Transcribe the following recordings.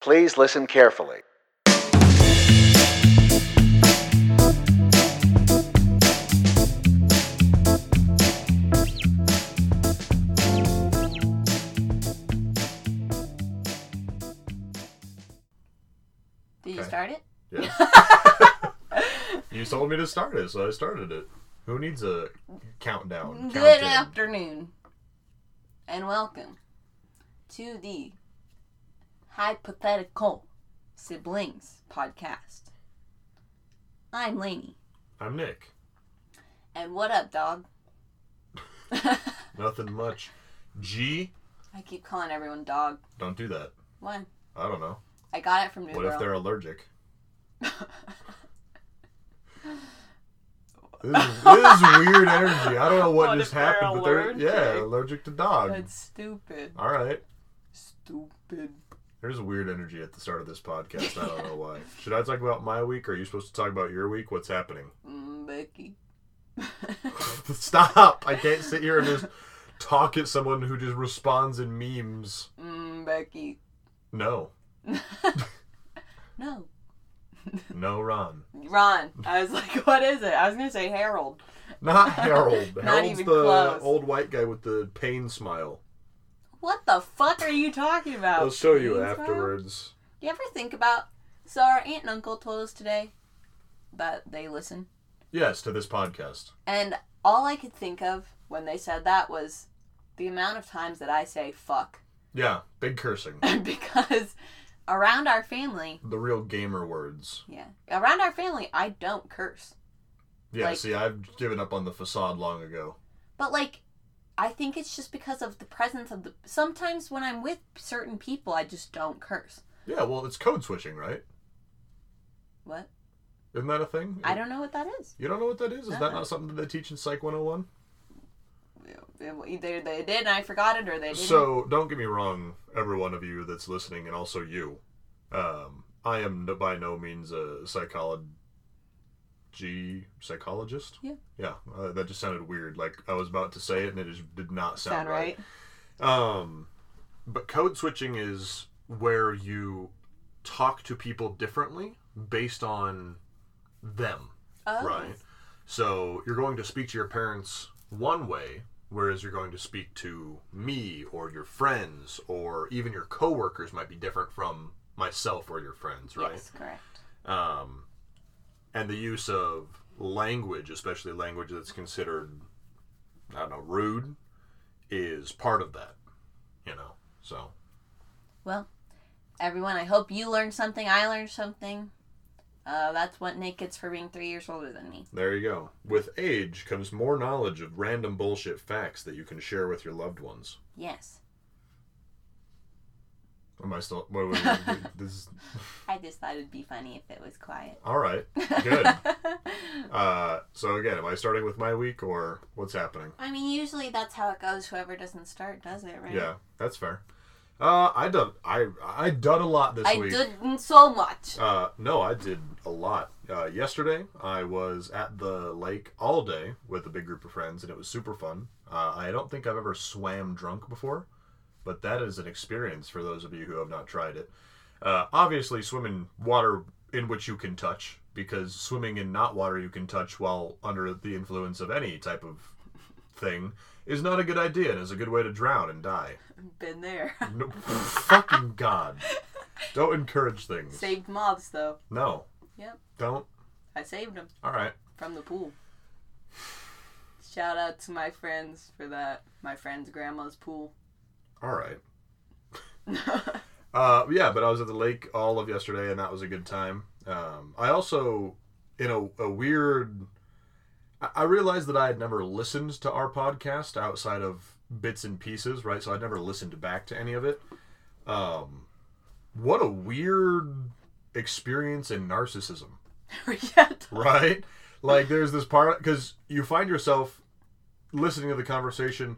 Please listen carefully. Did you Okay. start it? Yeah. you told me to start it, so I started it. Who needs a countdown? Good Countdown. afternoon, and welcome to the Hypothetical Siblings podcast. I'm Lainey, I'm Nick. and what up, dog? I Nothing much. G, keep calling everyone dog. don't do that. Why? I don't know. I got it from New What if Girl. they're allergic? This is, this is weird energy. I don't know what, What just if they're happened, but they're yeah allergic? allergic to dogs. That's stupid. All right. Stupid. There's weird energy at the start of this podcast. I don't know why. Should I talk about my week? Or are you supposed to talk about your week? What's happening? Mm, Becky. Stop! I can't sit here and just talk at someone who just responds in memes. Mm, Becky. No, No. no, Ron, Ron. I was like, what is it? I was gonna say Harold. not Harold. Not Harold's even the close. old white guy with the pain smile. What the fuck are you talking about? I'll show you James Brown? afterwards. You ever think about? So our aunt and uncle told us today that they listen, Yes, to this podcast. and all I could think of when they said that was the amount of times that I say fuck Yeah, big cursing. because around our family, The real gamer words. yeah, around our family, I don't curse. Yeah, Like- see, I've given up on the facade long ago. But like I think it's just because of the presence of the sometimes when I'm with certain people I just don't curse. Yeah, well, it's code switching, right? What? Isn't that a thing? I don't know what that is. You don't know what that is? Is that Uh-uh. not something that they teach in Psych 101? Either they did and I forgot it or they didn't. So don't get me wrong, every one of you that's listening, and also you. Um, I am no, by no means a psychology psychologist. Yeah. Yeah, uh, that just sounded weird. Like I was about to say it, and it just did not sound, sound right. Um, but code switching is where you talk to people differently based on them. Oh. Right. So you're going to speak to your parents one way, whereas you're going to speak to me or your friends or even your coworkers might be different from myself or your friends, right? Yes, correct. Um, and the use of language, especially language that's considered, I don't know, rude, is part of that, you know? So, Well, everyone, I hope you learned something. I learned something. Uh, that's what Nick gets for being three years older than me. there you go. With age comes more knowledge of random bullshit facts that you can share with your loved ones. Yes. Am I still? Wait, wait, wait, wait, this is, I just thought it'd be funny if it was quiet. all right, good. Uh, so again, am I starting with my week or what's happening? I mean, usually that's how it goes. Whoever doesn't start does it, right? Yeah, that's fair. Uh, I done I I done a lot this I week. didn't so much. Uh, no, I did a lot. Uh, yesterday, I was at the lake all day with a big group of friends, and it was super fun. Uh, I don't think I've ever swam drunk before, but that is an experience for those of you who have not tried it. Uh, obviously, swim in water in which you can touch, because swimming in not water you can touch while under the influence of any type of thing is not a good idea and is a good way to drown and die. Been there. No, fucking God. Don't encourage things. saved mobs though. No. Yep. Don't. I saved them All right. from the pool. Shout out to my friends for that. My friend's grandma's pool. All right. Uh, yeah, but I was at the lake all of yesterday, and that was a good time. Um, I also, in a, a weird, I- I realized that I had never listened to our podcast outside of bits and pieces, right? So I'd never listened back to any of it. Um, what a weird experience in narcissism. yeah, right? Like there's this part because you find yourself listening to the conversation,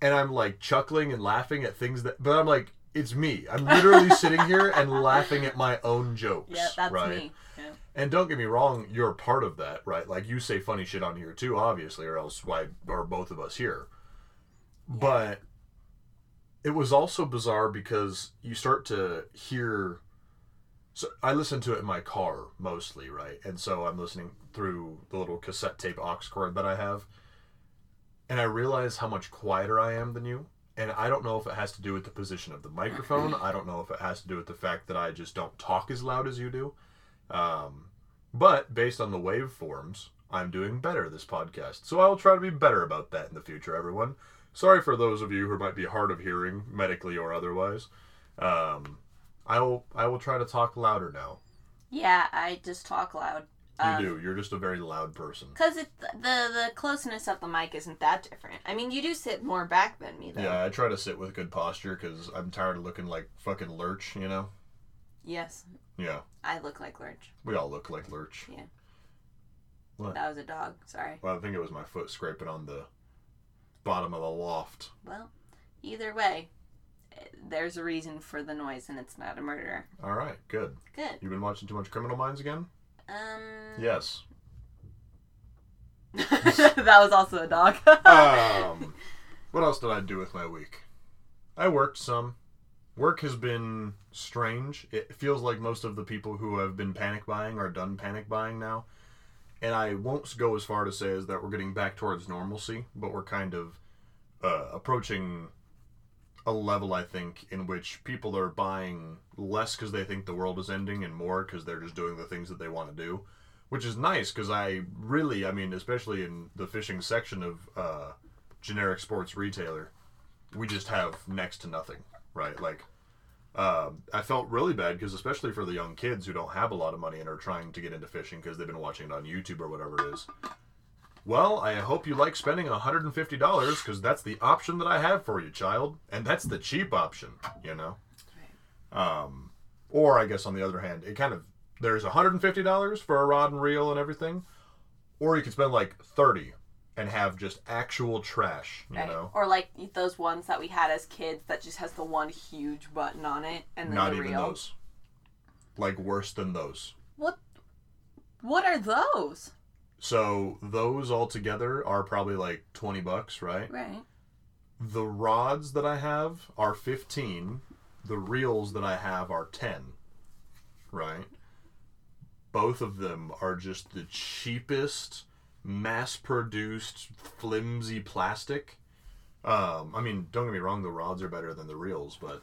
and I'm like chuckling and laughing at things that, but I'm like, it's me. I'm literally sitting here and laughing at my own jokes. yeah that's right? me. Yeah. And don't get me wrong, you're part of that, right? Like you say funny shit on here too, obviously, or else why are both of us here? But it was also bizarre because you start to hear So I listen to it in my car mostly, right? And so I'm listening through the little cassette tape aux cord that I have. And I realize how much quieter I am than you. And I don't know if it has to do with the position of the microphone. I don't know if it has to do with the fact that I just don't talk as loud as you do. Um, but based on the waveforms, I'm doing better this podcast. So I'll try to be better about that in the future, everyone. Sorry for those of you who might be hard of hearing, medically or otherwise. Um, I will I will try to talk louder now. Yeah, I just talk loud. You Um, do. You're just a very loud person. Cause it the the closeness of the mic isn't that different. I mean, you do sit more back than me though. Yeah, I try to sit with good posture because I'm tired of looking like fucking lurch. You know. Yes, Yeah, I look like Lurch. we all look like lurch. That was a dog. Sorry. Well, I think it was my foot scraping on the bottom of the loft. Well, either way, eh, there's a reason for the noise, and it's not a murderer. All right, good. Good. You've been watching too much Criminal Minds again? Um. Yes. that was also a dog. Um, what else did I do with my week? I worked some. Work has been strange. It feels like most of the people who have been panic buying are done panic buying now. And I won't go as far to say as that we're getting back towards normalcy, but we're kind of uh, approaching a level, I think, in which people are buying less because they think the world is ending and more because they're just doing the things that they want to do which is nice because I really, I mean, especially in the fishing section of uh, generic sports retailer, we just have next to nothing, right? Like, um I felt really bad because especially for the young kids who don't have a lot of money and are trying to get into fishing because they've been watching it on YouTube or whatever it is. Well, I hope you like spending $150 because that's the option that I have for you, child, and that's the cheap option, you know. Um, or I guess on the other hand, it kind of there's $150 for a rod and reel and everything, or you could spend like 30 and have just actual trash, you Right. know. Or like those ones that we had as kids that just has the one huge button on it and then Not the even reel. those. Like worse than those. What? What are those? So those all together are probably like 20 bucks, right? Right. The rods that I have are 15. The reels that I have are 10. Right? Both of them are just the cheapest mass produced flimsy plastic. Um, I mean, don't get me wrong, the rods are better than the reels, but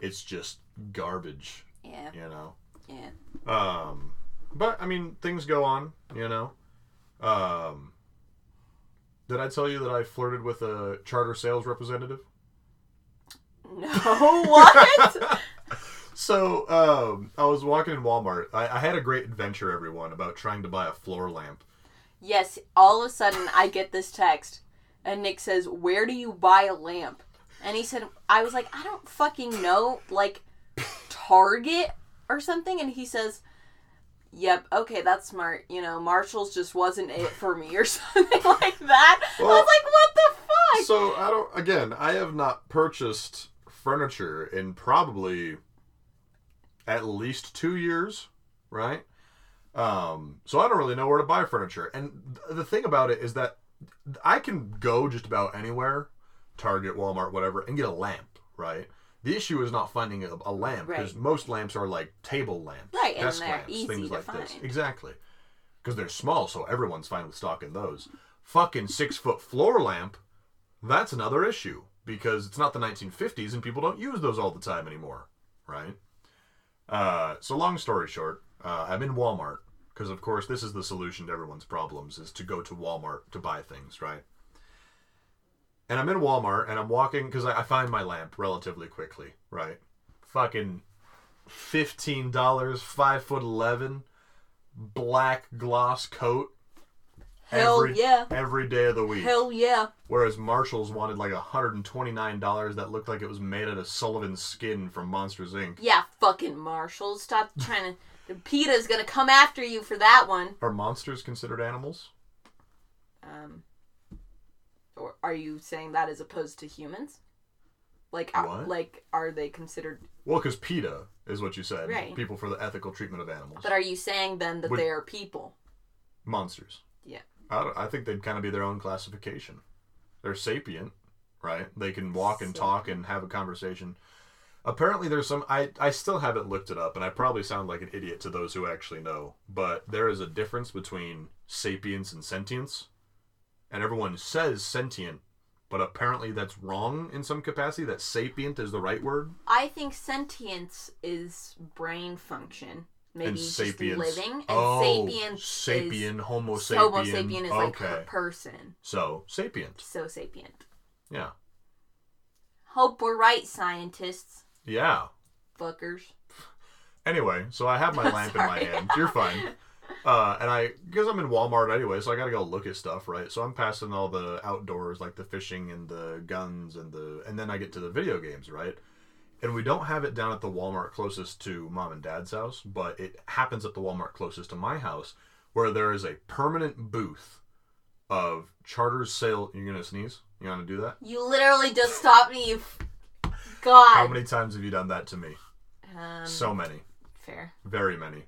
it's just garbage, Yeah. you know? Yeah. Um, but I mean, things go on, you know. Um, did I tell you that I flirted with a charter sales representative? No. What? So um, I was walking in Walmart. I, I had a great adventure, everyone, about trying to buy a floor lamp. Yes, all of a sudden I get this text, and Nick says, "Where do you buy a lamp?" And he said, "I was like, I don't fucking know, like Target or something." And he says, "Yep, okay, that's smart. You know, Marshalls just wasn't it for me, or something like that." I Well- was like, "What the fuck?" So I don't. Again, I have not purchased furniture in probably at least two years, right? Um, so I don't really know where to buy furniture. And th- the thing about it is that I can go just about anywhere, Target, Walmart, whatever, and get a lamp, right? The issue is not finding a, a lamp because Right. most lamps are like table lamps, Right, and desk they're lamps, easy things to like this. find. Exactly, because they're small, so everyone's fine with stocking those. Fucking six foot floor lamp, that's another issue because it's not the 1950s and people don't use those all the time anymore, right? Uh, so long story short, uh, I'm in Walmart because of course this is the solution to everyone's problems is to go to Walmart to buy things, right? And I'm in Walmart and I'm walking because I, I find my lamp relatively quickly, right? Fucking fifteen dollars, five foot eleven, black gloss coat. Hell yeah. Every day of the week. Hell yeah. Whereas Marshalls wanted like $129 that looked like it was made out of Sullivan's skin from Monsters Inc. Yeah, fucking Marshalls. Stop trying to. PETA's gonna come after you for that one. Are monsters considered animals? Um, or are you saying that as opposed to humans? Like, What? are, like, are they considered? Well, because PETA is what you said. Right. People for the ethical treatment of animals. But are you saying then that Would- they are people? monsters. Yeah. I, don't, I think they'd kind of be their own classification. They're sapient, right? They can walk and talk and have a conversation. Apparently, there's some. I, I still haven't looked it up, and I probably sound like an idiot to those who actually know, but there is a difference between sapience and sentience. And everyone says sentient, but apparently that's wrong in some capacity, that sapient is the right word. I think sentience is brain function. Maybe and it's just sapience. living. And oh, sapiens sapien, Homo is sapien. Homo sapien is like okay. a person. so, sapient. So sapient. Yeah. Hope we're right, scientists. Yeah. Fuckers. Anyway, so I have my lamp in my Sorry. hand. You're fine. Uh, and I, because I'm in Walmart anyway, so I gotta go look at stuff, right? So I'm passing all the outdoors, like the fishing and the guns and the, and then I get to the video games, right? And we don't have it down at the Walmart closest to mom and dad's house, but it happens at the Walmart closest to my house, where there is a permanent booth of charter sale. You gonna sneeze? You gonna do that? You literally just stopped me, you f- God. How many times have you done that to me? Um, So many. fair. very many.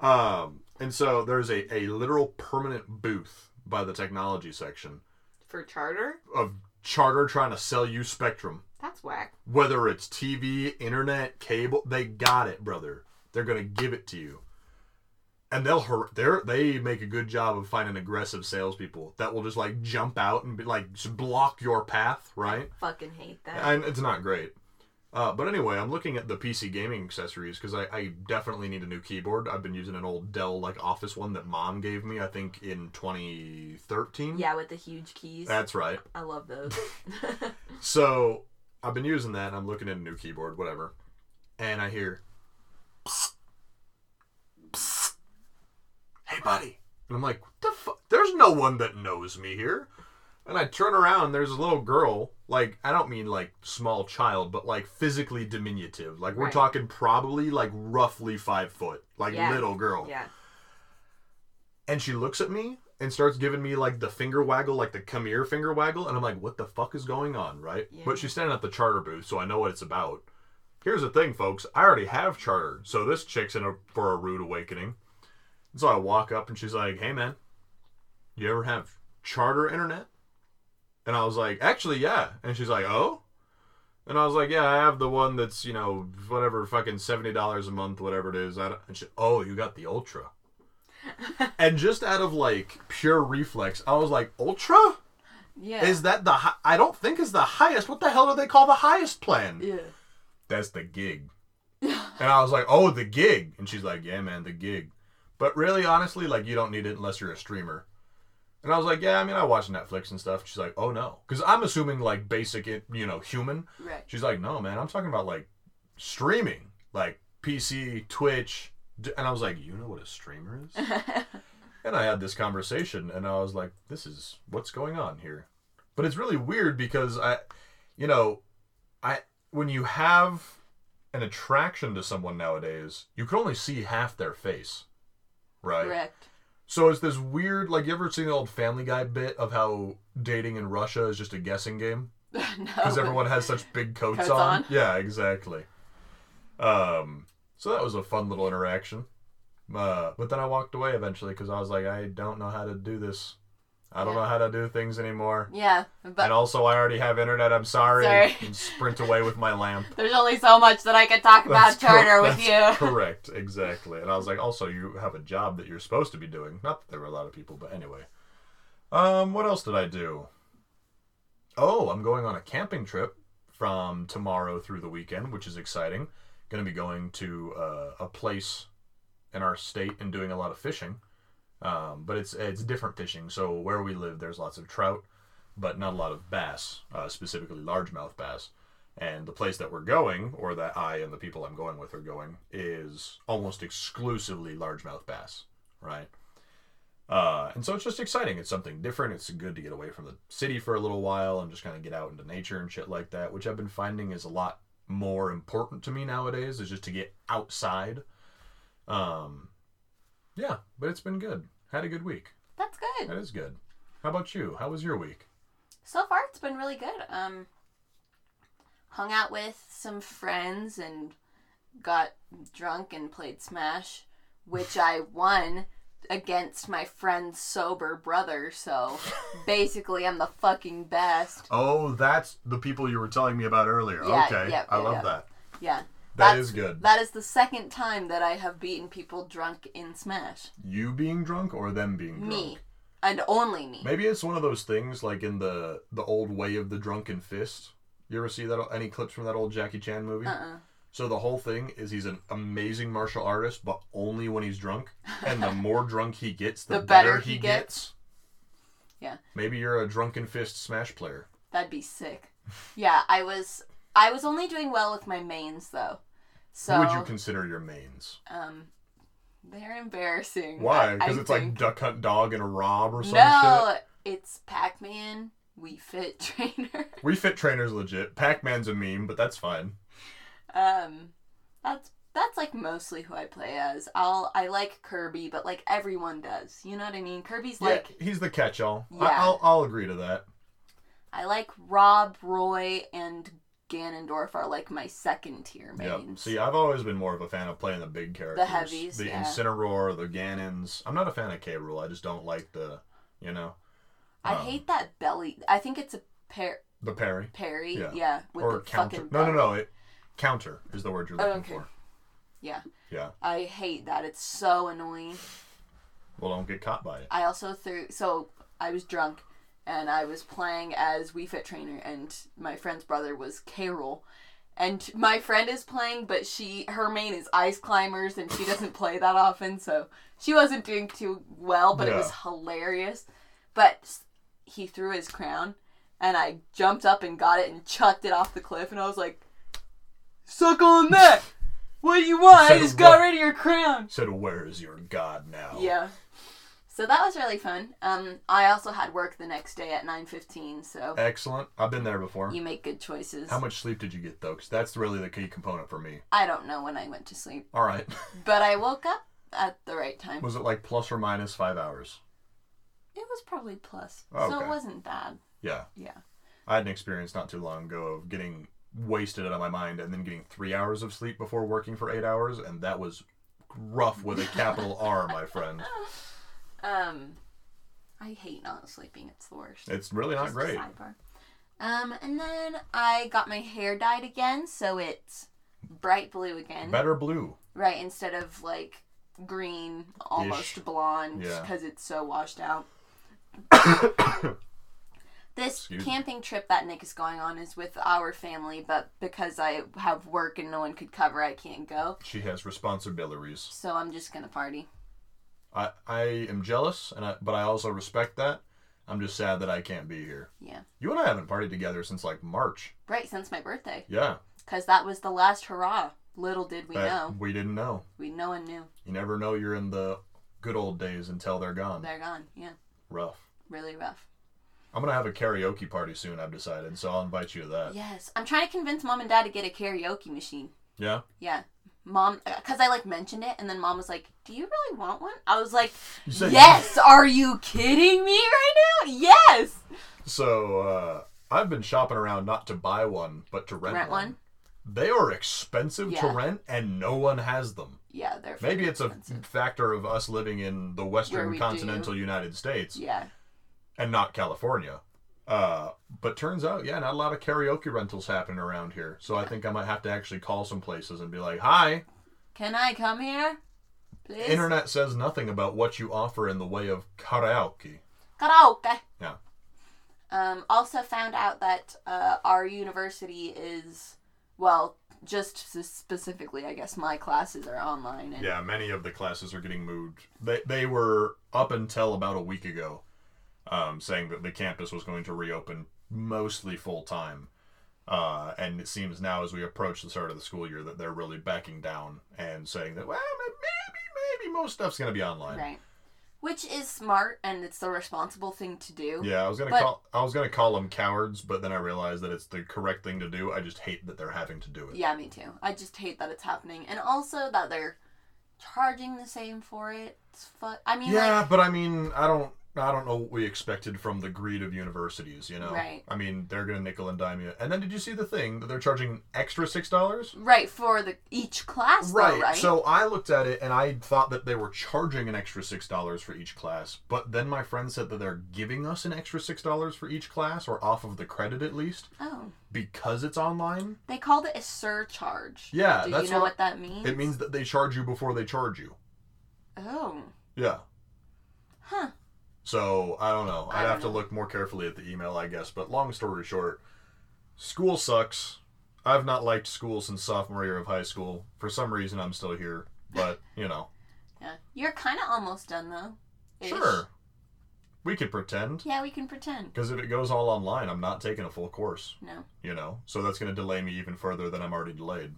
um, and so there's a, a literal permanent booth by the technology section For charter? of Charter trying to sell you Spectrum, That's whack. whether it's TV, internet, cable. They got it, brother. They're gonna give it to you, and they'll hur- they're, they make a good job of finding aggressive salespeople that will just like jump out and be, like just block your path, right? Fucking hate that. and it's not great. Uh, but anyway, I'm looking at the PC gaming accessories because I, I definitely need a new keyboard. I've been using an old Dell like office one that mom gave me, I think in 2013. yeah, with the huge keys. that's right. I love those. So I've been using that. and I'm looking at a new keyboard, whatever, and I hear, "Psst. Psst. "Hey, buddy," and I'm like, "What the fuck? There's no one that knows me here." And I turn around. There's a little girl. Like I don't mean like small child, but like physically diminutive. Like we're Right. talking probably like roughly five foot, like Yeah. little girl. yeah. And she looks at me and starts giving me like the finger waggle, like the come here finger waggle. And I'm like, what the fuck is going on, right? Yeah. But she's standing at the charter booth, so I know what it's about. Here's the thing, folks. I already have charter, so this chick's in a, for a rude awakening. And so I walk up and she's like, hey, man, you ever have charter internet? And I was like, actually, yeah. And she's like, oh? And I was like, yeah, I have the one that's, you know, whatever, fucking $70 a month, whatever it is. I don't, and she, oh, you got the Ultra. and just out of like pure reflex, I was like, Ultra? Yeah. Is that the, hi- I don't think is the highest. What the hell do they call the highest plan? yeah. That's the gig. and I was like, oh, the gig. And she's like, yeah, man, the gig. But really, honestly, like, you don't need it unless you're a streamer. And I was like, yeah, I mean, I watch Netflix and stuff. She's like, oh, no. Because I'm assuming, like, basic, it- you know, human. Right. She's like, no, man, I'm talking about like streaming, like PC, Twitch. D- And I was like, you know what a streamer is? and I had this conversation and I was like, this is what's going on here. But it's really weird because I, you know, I, when you have an attraction to someone nowadays, you can only see half their face, right? Correct. So it's this weird, like, you ever seen the old Family Guy bit of how dating in Russia is just a guessing game? no. because everyone has such big coats, Oh. Coats on. on. Yeah, exactly. Um, so that was a fun little interaction. Uh, but then I walked away eventually because I was like, I don't know how to do this. I don't Yeah. know how to do things anymore. Yeah, and but also, I already have internet. I'm sorry. Sorry. And sprint away with my lamp. there's only so much that I could talk about That's cor- charter with that's you. Correct, exactly. And I was like, also, you have a job that you're supposed to be doing. Not that there were a lot of people, but anyway. Um, what else did I do? Oh, I'm going on a camping trip from tomorrow through the weekend, which is exciting. Going to be going to uh, a place in our state and doing a lot of fishing. Um, but it's it's different fishing. So where we live, there's lots of trout, but not a lot of bass, uh, specifically largemouth bass. And the place that we're going, or that I and the people I'm going with are going, is almost exclusively largemouth bass, right? Uh, and so it's just exciting. It's something different. It's good to get away from the city for a little while and just kind of get out into nature and shit like that, which I've been finding is a lot more important to me nowadays, is just to get outside. Um, yeah, but it's been good. Had a good week. That's good. That is good. How about you? How was your week? So far, it's been really good. Um, hung out with some friends and got drunk and played Smash, which I won against my friend's sober brother, so basically I'm the fucking best. Oh, that's the people you were telling me about earlier. Yeah, okay. yeah, I yeah, love yeah. that. Yeah. That That's- is good. That is the second time that I have beaten people drunk in Smash. you being drunk or them being drunk? Me. And only me. Maybe it's one of those things like in the the old way of the drunken fist. You ever see that any clips from that old Jackie Chan movie? Uh-uh. So the whole thing is he's an amazing martial artist, but only when he's drunk. And the more drunk he gets, the, better, he, gets. Yeah. Maybe you're a drunken fist smash player. That'd be sick. Yeah, I was I was only doing well with my mains though. So Who would you consider your mains? um they're embarrassing. I- Why? Because I it's think. like duck hunt dog and a rob or some No, it's Pac-Man, We Fit Trainer. shit. We fit trainers legit. Pac Man's a meme, but that's fine. Um, that's that's like mostly who I play as. I'll I like Kirby, but like everyone does. You know what I mean? Kirby's like yeah, he's the catch all. Yeah. I'll, I'll agree to that. I like Rob, Roy, and Ganondorf are like my second tier Yeah. mains. See, I've always been more of a fan of playing the big characters. heavies, The yeah. Incineroar, the Ganons. I'm not a fan of K. Rule. I just don't like the, you know, I um, hate that belly. I think it's a par- the parry. parry. Yeah. Yeah, with or the counter. fucking. No, no, belly. no. It, counter is the word you're looking okay. for. Yeah, Yeah. I hate that. It's so annoying. Well, don't get caught by it. I also threw. So I was drunk, and I was playing as We Fit Trainer, and my friend's brother was Carol. And my friend is playing, but she her main is Ice Climbers, and she doesn't play that often, so she wasn't doing too well. But it was Yeah. hilarious. But s- he threw his crown, and I jumped up and got it and chucked it off the cliff, and I was like, "Suck on that! What do you want? I Said just got what? rid of your crown." Said, where is your god now? Yeah. So that was really fun. Um, I also had work the next day at nine fifteen, so Excellent. I've been there before. you make good choices. How much sleep did you get though? Because that's really the key component for me. I don't know when I went to sleep, All right. but I woke up at the right time. Was it like plus or minus five hours? It was probably plus, Oh, so okay. it wasn't bad. Yeah. Yeah. I had an experience not too long ago of getting wasted out of my mind and then getting three hours of sleep before working for eight hours, and that was rough with a capital R, my friend. Um, I hate not sleeping. It's the worst. It's really not Just a great. sidebar. Um, and then I got my hair dyed again, so it's bright blue again. Better blue. Right, instead of like green, almost Ish. blonde, Yeah. because it's so washed out. this Excuse me. camping trip that Nick is going on is with our family, but because I have work and no one could cover, I can't go. She has responsibilities. So I'm just gonna party. I, I am jealous, and I, but I also respect that. I'm just sad that I can't be here. Yeah. You and I haven't partied together since like March. Right, since my birthday, Yeah, because that was the last hurrah. Little did we that know, we didn't know. we no one knew. You never know you're in the good old days until they're gone. They're gone. Yeah, Rough. really rough. I'm gonna have a karaoke party soon. I've decided, so I'll invite you to that. Yes, I'm trying to convince mom and dad to get a karaoke machine. yeah? Yeah. Mom, because I like mentioned it, and then mom was like, Do you really want one? I was like, You said- Yes, are you kidding me right now? Yes! So uh, I've been shopping around not to buy one, but to rent, Rent one. one? They are expensive to Yeah. rent, and no one has them. Yeah, they're Maybe freaking it's a expensive. factor of us living in the Where Western we continental United States Yeah. and not California. Uh, but turns out, yeah, not a lot of karaoke rentals happening around here. So I think I might have to actually call some places and be like, "Hi, Can I come here? Please? internet says nothing about what you offer in the way of karaoke." Karaoke. Yeah. Um, also found out that uh, our university is, well, just s- specifically, I guess my classes are online. And Yeah, many of the classes are getting moved. They they were up until about a week ago, um, saying that the campus was going to reopen mostly full time. Uh, and it seems now, as we approach the start of the school year, that they're really backing down and saying that well, may- maybe maybe most stuff's going to be online. Right. Which is smart, and it's the responsible thing to do. Yeah, I was gonna But- call I was gonna call them cowards, but then I realized that it's the correct thing to do. I just hate that they're having to do it. Yeah, me too. I just hate that it's happening, and also that they're charging the same for it. It's fu- I mean, Yeah, like, but I mean, I don't I don't know what we expected from the greed of universities, you know? Right. I mean, they're going to nickel and dime you. And then did you see the thing that they're charging an extra $6? Right for the each class, though, Right. right? So I looked at it and I thought that they were charging an extra six dollars for each class, but then my friend said that they're giving us an extra six dollars for each class, or off of the credit at least, oh, because it's online. they called it a surcharge. Yeah, Do that's you know what- what, that means? It means that they charge you before they charge you. Oh, Yeah. huh. So I don't know. I I'd don't have to know. look more carefully at the email, I guess. But long story short, school sucks. I've not liked school since sophomore year of high school. For some reason, I'm still here. But you know, Yeah, you're kind of almost done though. Ish. sure, we could pretend. Yeah, we can pretend. Because if it goes all online, I'm not taking a full course, No, you know? So that's going to delay me even further than I'm already delayed.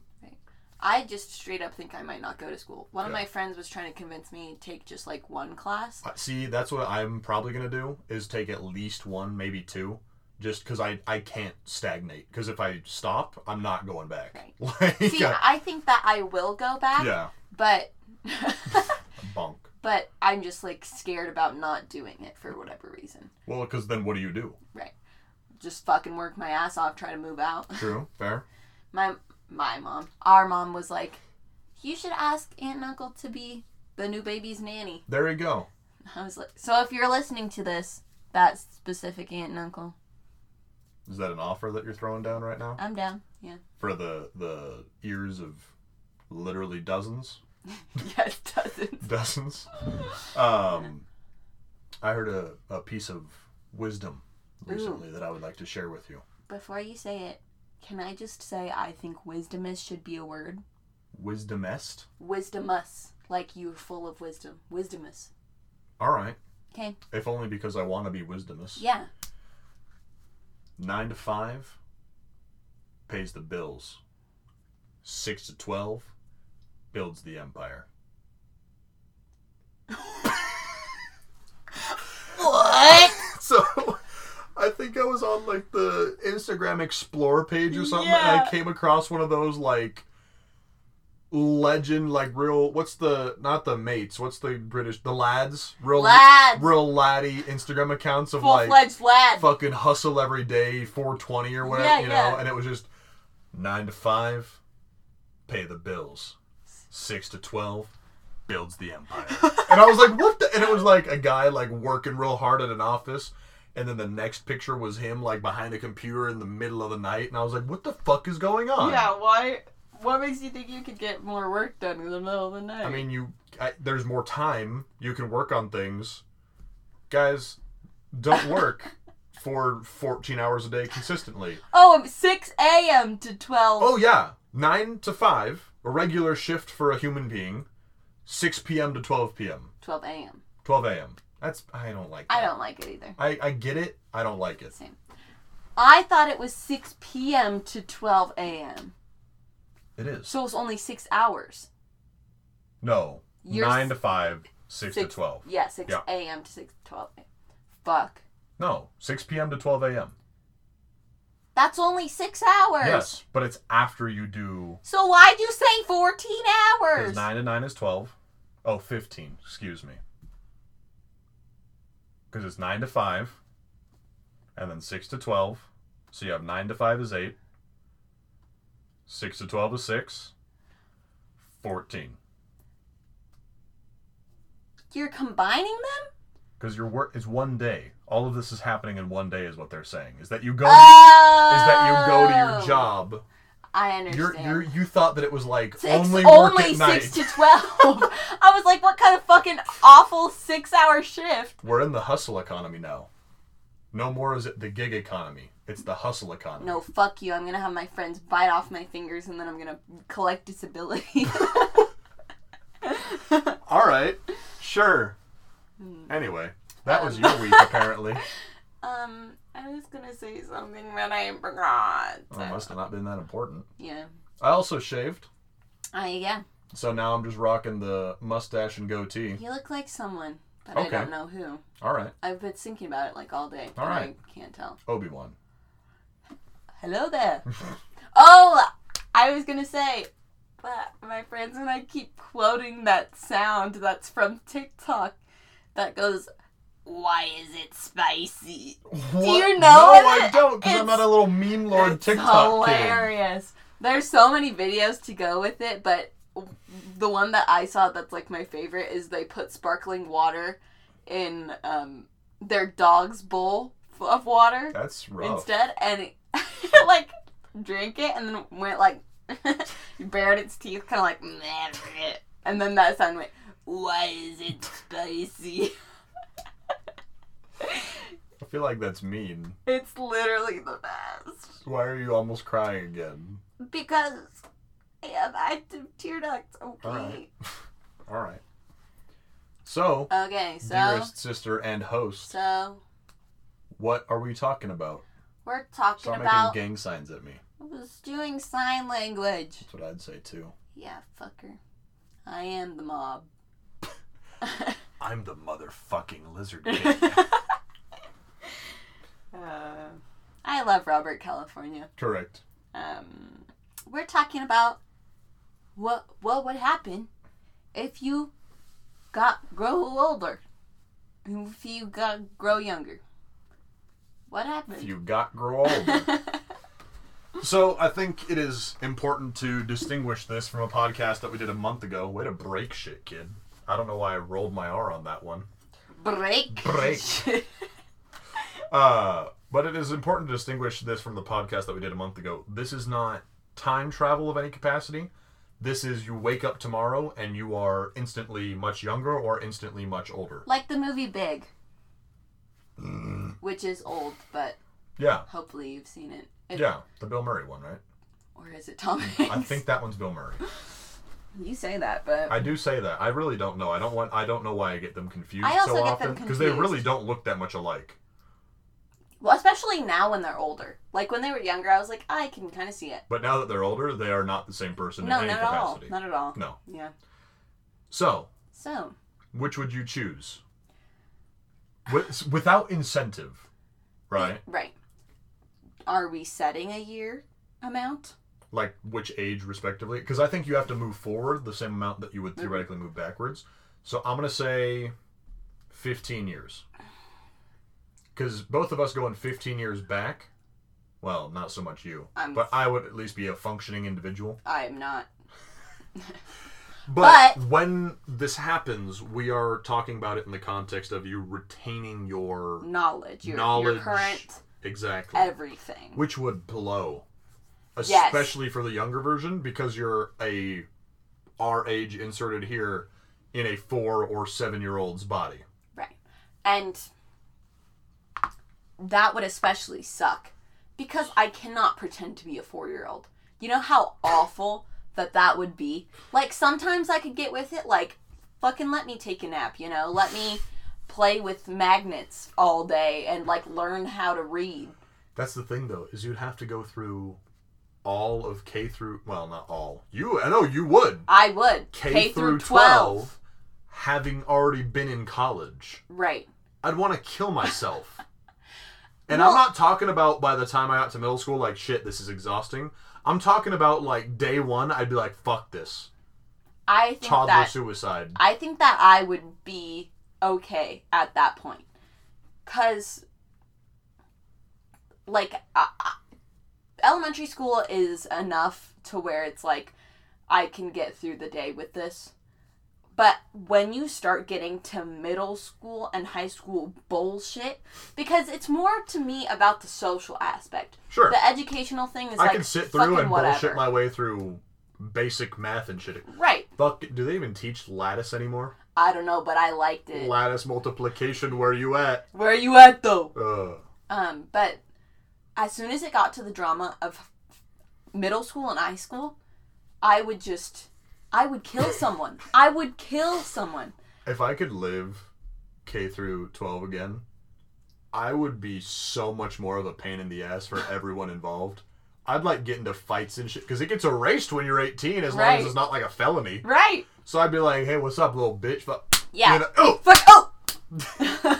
I just straight up think I might not go to school. One of Yeah. my friends was trying to convince me to take just like one class. Uh, See, that's what I'm probably going to do is take at least one, maybe two, just because I, I can't stagnate. Because if I stop, I'm not going back. Like, See, I- I think that I will go back, yeah, but bonk. but I'm just like scared about not doing it for whatever reason. Well, because then what do you do? Just fucking work my ass off, try to move out. True, fair. my my mom, our mom was like, "You should ask aunt and uncle to be the new baby's nanny." There you go. I was like, "So if you're listening to this, that specific aunt and uncle, Is that an offer that you're throwing down right now? I'm down." Yeah. For the, the ears of literally dozens? yes, dozens. dozens. Um, I heard a, a piece of wisdom recently that I would like to share with you. Before you say it, can I just say I think wisdom is should be a word. Wisdom est. Wisdomus, like you're full of wisdom. Wisdomus. All right. Okay. If only because I want to be wisdomous. Yeah. Nine to five pays the bills. Six to twelve builds the empire. What? So I think I was on like the Instagram Explorer page or something, and I Yeah. came across one of those like legend, like real. What's the not the mates? What's the British? The lads, real Lads. real laddie Instagram accounts of Full like fledged lad. fucking hustle every day, 420 or whatever, Yeah, you know. yeah. And it was just nine to five, pay the bills. Six to twelve, builds the empire. and I was like, what the? And it was like a guy like working real hard at an office. And then the next picture was him like behind a computer in the middle of the night. And I was like, what the fuck is going on? yeah, why? What makes you think you could get more work done in the middle of the night? I mean, you I, there's more time. You can work on things. Guys, don't work for 14 hours a day consistently. oh, I'm 6 a.m. to 12. Oh yeah, nine to five, a regular shift for a human being. Six p.m. to twelve p.m. 12 a.m. Twelve a.m. That's I don't like. That. I don't like it either. I I get it. I don't like it. Same. I thought it was 6 p.m. to 12 a.m. It is So it's only six hours. no You're nine s- to five, six, to twelve. Yeah, 6 Yeah. a.m. to 6 12 a.m. Fuck. No, six p.m. to twelve a.m. That's only six hours. Yes, but it's after you do. So why'd you say 14 Because hours? nine and nine is twelve. Oh, 15, Excuse me. Because it's nine to five, and then six to twelve. So you have nine to five is eight. Six to twelve is six. Fourteen. You're combining them? Because your work is one day. All of this is happening in one day, is what they're saying. Is that you go? Oh! Is that you go to your job? I You're, Oh. understand. you're you thought that it was like Six, only only work at night. six to twelve. I was like, what kind of fucking awful six-hour shift? We're in the hustle economy now. No more is it the gig economy. It's the hustle economy. No, fuck you. I'm gonna have my friends bite off my fingers, and then I'm gonna collect disability. All right. Sure. Hmm. Anyway, that was your week apparently. um, I was gonna say something that I forgot. Well, it must have not been that important. Yeah. I also shaved, I yeah. so now I'm just rocking the mustache and goatee. You look like someone, but Okay. I don't know who. All right, I've been thinking about it like all day. All and right. I can't tell. Obi Wan. Hello there. oh, I was gonna say, but my friends and I keep quoting that sound that's from TikTok that goes why is it spicy? What? you know No, I it? don't, because I'm It's- not a little meme lord It's TikTok kid. hilarious. There's so many videos to go with it, but the one that I saw that's like my favorite is they put sparkling water in um, their dog's bowl f- of water That's rough. instead, and it, like drank it, and then went like bared its teeth, kind of like "Meh," and then that sound went. Why is it spicy? I feel like that's mean. It's literally the best. Why are you almost crying again? Because I have active tear ducts. Oh, Okay. Alright. All right. So, Okay, Uh, so dearest sister and host, so what are we talking about? we're talking Stop about making gang signs at me. I was doing sign language. That's what I'd say too. Yeah, fucker. I am the mob. I'm the motherfucking lizard Uh, I love Robert California. Correct. Um, we're talking about what what would happen if you got grow older, if you got grow younger. What happened? If you got grow old. so I think it is important to distinguish this from a podcast that we did a month ago. Way to break shit, kid. I don't know why I rolled my R on that one. Break. Break. Uh, but it is important to distinguish this from the podcast that we did a month ago. This is not time travel of any capacity. This is you wake up tomorrow and you are instantly much younger or instantly much older. like the movie Big, which is old, but Mm-hmm. Yeah. hopefully you've seen it. It- Yeah. The Bill Murray one, right? Or is it Tom Hanks? I think that one's Bill Murray. you say that, but I do say that. I really don't know. I don't want I don't know why I get them confused I also so get them often because they confused. really don't look that much alike. well, especially now when they're older. Like when they were younger, I was like, I can kind of see it. But now that they're older, they are not the same person No, in not any at all. capacity. Not at all. No. Yeah. So, So which would you choose? With, without incentive, right? right, are we setting a year amount? Like which age respectively? Because I think you have to move forward the same amount that you Mm-hmm. would theoretically move backwards. So I'm gonna say 15 years. Because both of us going 15 years back. Well, not so much you, I'm- but I would at least be a functioning individual. I am not. But, when this happens, we are talking about it in the context of you retaining your Knowledge. Your, Knowledge. your current exactly. everything. which would blow Yes. especially for the younger version because you're a our age inserted here in a four or seven year old's body Right. And that would especially suck because I cannot pretend to be a four year old. You know how awful that that would be? Like, sometimes I could get with it, like, fucking let me take a nap, you know? Let me play with magnets all day and, like, learn how to read. that's the thing though is you'd have to go through all of k through well not all you i know you would I would. k, K, through 12 having already been in college Right. I'd want to kill myself. and Well- I'm not talking about by the time I got to middle school, like, shit, this is exhausting. I'm talking about, like, day one, I'd be like, fuck this. I think Toddler that. suicide. I think that I would be okay at that point. Cause, like, I, I, elementary school is enough to where it's like I can get through the day with this. But when you start getting to middle school and high school bullshit, because it's more to me about the social aspect. Sure. The educational thing is I like can sit through fucking and whatever. bullshit my way through basic math and shit. right. Fuck, do they even teach lattice anymore? I don't know, but I liked it. Lattice multiplication, where you at? Where you at though? Ugh. Um, but as soon as it got to the drama of middle school and high school, I would just, I would kill someone. I would kill someone. If I could live K through 12 again, I would be so much more of a pain in the ass for everyone involved. I'd like get into fights and shit because it gets erased when you're 18 as long Right. as it's not like a felony. Right? So I'd be like, hey, what's up, little bitch? Fuck. Yeah. You know, oh, Fuck. Oh.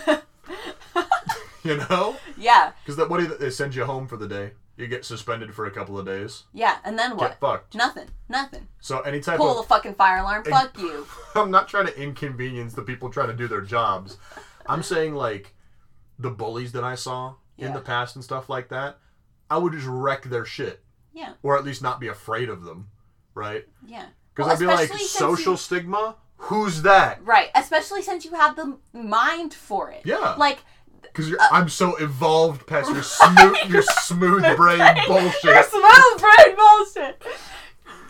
you know? Yeah. Because what do you, they send you home for the day? You get suspended for a couple of days. Yeah. And then what? Get fucked. Nothing. Nothing. So any type Pull of the fucking fire alarm. Fuck you. I'm not trying to inconvenience the people trying to do their jobs. I'm saying like the bullies that I saw in Yeah. the past and stuff like that. I would just wreck their shit, Yeah, or at least not be afraid of them, right? yeah. Because Well, I'd be like especially since social you- stigma. Who's that? Right, especially since you have the mind for it. Yeah. Like, Because uh, I'm so evolved past your smooth, your smooth brain you're bullshit. smooth brain bullshit.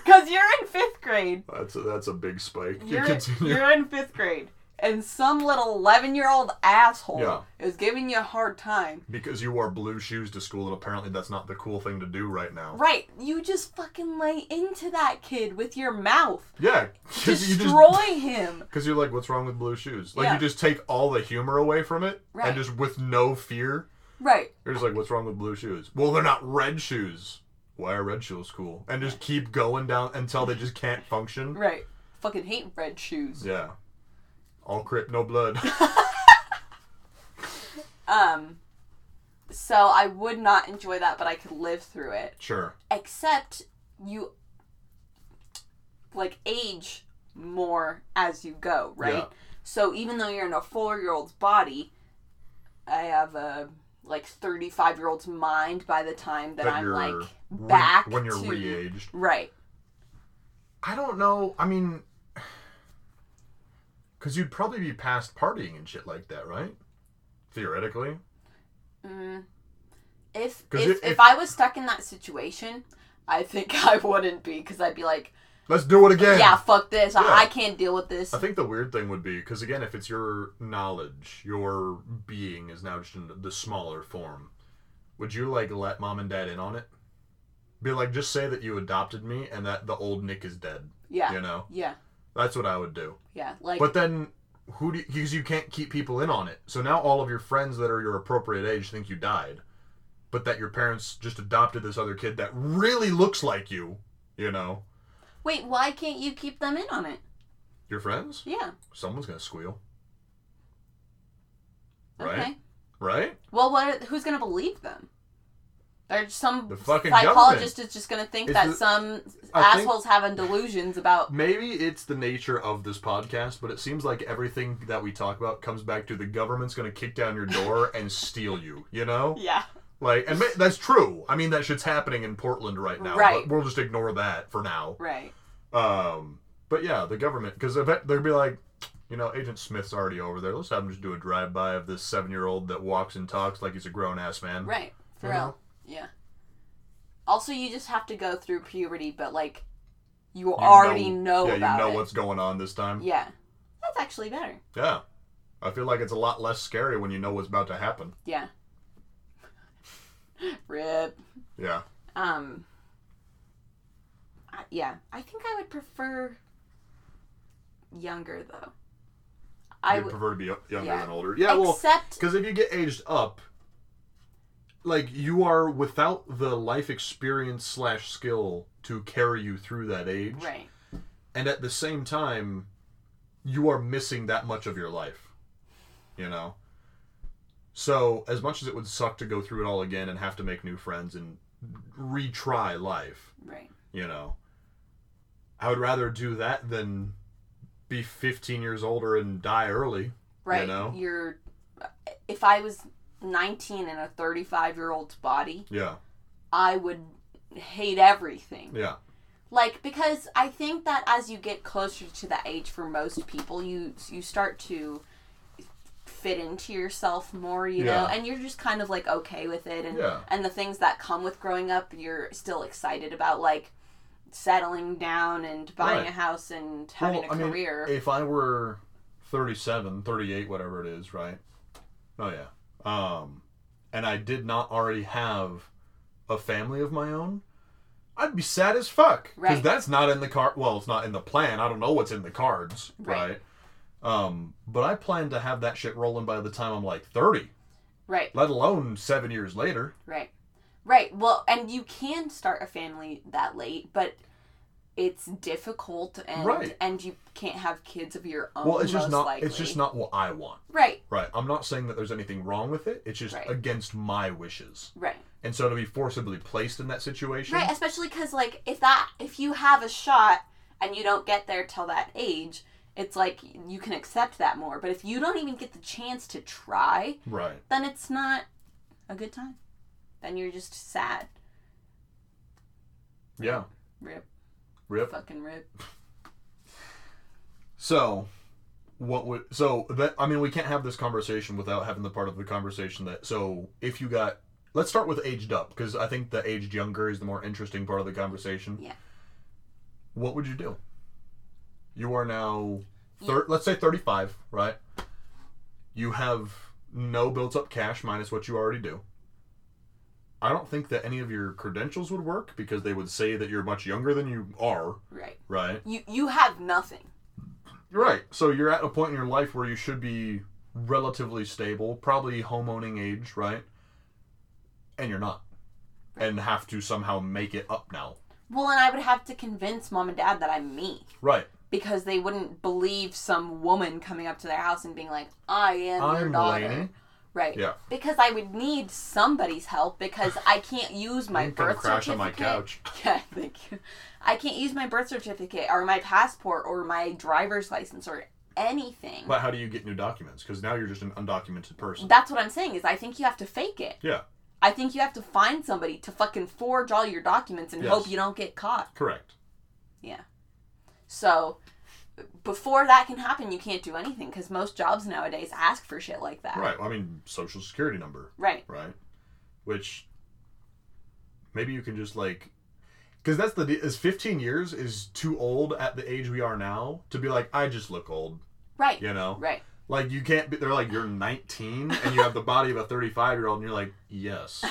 Because you're in fifth grade. That's a, that's a big spike. You You're, continue. you're in fifth grade. And some little 11 year old asshole Yeah. is giving you a hard time. Because you wore blue shoes to school, and apparently that's not the cool thing to do right now. Right, you just fucking lay into that kid with your mouth. Yeah, because you Destroy him. because you're like, what's wrong with blue shoes? Like Yeah. you just take all the humor away from it, Right. and just with no fear, Right. you're just like, what's wrong with blue shoes? Well, they're not red shoes. Why are red shoes cool? And just keep going down until they just can't function. Right. Fucking hate red shoes. Yeah, all crip, no blood. Um so I would not enjoy that, but I could live through it. sure. Except you like age more as you go, right? Yeah. So even though you're in a 4-year-old's body, I have a like 35-year-old's mind by the time that, I'm like re- back when you're to- re-aged. Right. I don't know. I mean, because you'd probably be past partying and shit like that, right? Theoretically, Mm. If 'Cause if, if- if if- I was stuck in that situation, I think I wouldn't be because I'd be like, let's do it again. yeah, fuck this, Yeah. I, I can't deal with this. I think the weird thing would be because again, if it's your knowledge, your being is now just in the smaller form. Would you like let mom and dad in on it? Be like, just say that you adopted me and that the old Nick is dead. yeah, You know, yeah, that's what I would do. yeah. Like, But then, who do because you can't keep people in on it. So now all of your friends that are your appropriate age think you died, but that your parents just adopted this other kid that really looks like you. You know, wait, why can't you keep them in on it? your friends. Yeah. Someone's gonna squeal, Okay. Right. right? Well, what? Are, who's gonna believe them? Or some The fucking psychologist is just gonna think It's that the- some I think- assholes having delusions about. Maybe it's the nature of this podcast, but it seems like everything that we talk about comes back to the government's gonna kick down your door and steal you. You know, Yeah. like, and ma- that's true. I mean, that shit's happening in Portland right now. Right. But we'll just ignore that for now. Right. Um, but yeah, the government, because they'd be like, you know, Agent Smith's already over there. Let's have him just do a drive by of this seven year old that walks and talks like he's a grown ass man. Right. For You real. know? Yeah. Also, you just have to go through puberty, but like, you, You already know, Yeah, about you know it. what's going on this time. Yeah. That's actually better. Yeah. I feel like it's a lot less scary when you know what's about to happen. Yeah. Rip. Yeah. Um. I- Yeah, I think I would prefer younger though. I You'd would prefer to be yo- younger yeah. than older. Yeah, well, except because if you get aged up, like you are without the life experience slash skill to carry you through that age. right. and at the same time you are missing that much of your life you know so as much as it would suck to go through it all again and have to make new friends and retry life Right. you know i would rather do that than be 15 years older and die early Right. know? You're. If I was 19 in a 35 year old's body, yeah I would hate everything. yeah Like because I think that as you get closer to the age for most people, you you start to fit into yourself more, you know, Yeah. and you're just kind of like okay with it and Yeah. and the things that come with growing up, you're still excited about like settling down and buying Right. a house and having Well, a I mean, career. if I were 37, 38, whatever it is, right? Oh yeah. Um and I did not already have a family of my own, I'd be sad as fuck cuz Right. that's not in the card. Well, it's not in the plan. I don't know what's in the cards, right? Right. Um but I plan to have that shit rolling by the time I'm like 30, right, let alone 7 years later. right. Right. Well, and you can start a family that late, but it's difficult and Right. and you can't have kids of your own. Well, it's just most not likely. it's just not what I want. Right, Right. I'm not saying that there's anything wrong with it. It's just Right. against my wishes. right. And so to be forcibly placed in that situation, Right, especially because like if that if you have a shot and you don't get there till that age, it's like you can accept that more. But if you don't even get the chance to try, Right. then it's not a good time. Then you're just sad. Yeah. Rip. Rip. Fucking rip. So, what would so that I mean we can't have this conversation without having the part of the conversation that so if you got let's start with aged up because I think the aged younger is the more interesting part of the conversation. Yeah. What would you do? You are now, thir- let's say thirty-five, right? You have no built-up cash minus what you already do. I don't think that any of your credentials would work because they would say that you're much younger than you are, Right. right? You you have nothing. You're right. So you're at a point in your life where you should be relatively stable, probably homeowning age, right? And you're not. And have to somehow make it up now. Well, and I would have to convince mom and dad that I'm me Right. because they wouldn't believe some woman coming up to their house and being like, "I am your I'm daughter." Lainey. Right. Yeah. Because I would need somebody's help because I can't use my You can birth crash certificate. on my couch. Yeah, thank you. I can't use my birth certificate or my passport or my driver's license or anything. But how do you get new documents? Because now you're just an undocumented person. That's what I'm saying is I think you have to fake it. Yeah. I think you have to find somebody to fucking forge all your documents and Yes. hope you don't get caught. Correct. So before that can happen, you can't do anything because most jobs nowadays ask for shit like that. Right. I mean, social security number, Right. right? Which maybe you can just like. Because that's the. de- Is 15 years is too old at the age we are now to be like, I just look old, Right. you know? Right. Like you can't. Be, they're like you're 19 and you have the body of a 35 year old, and you're like, yes,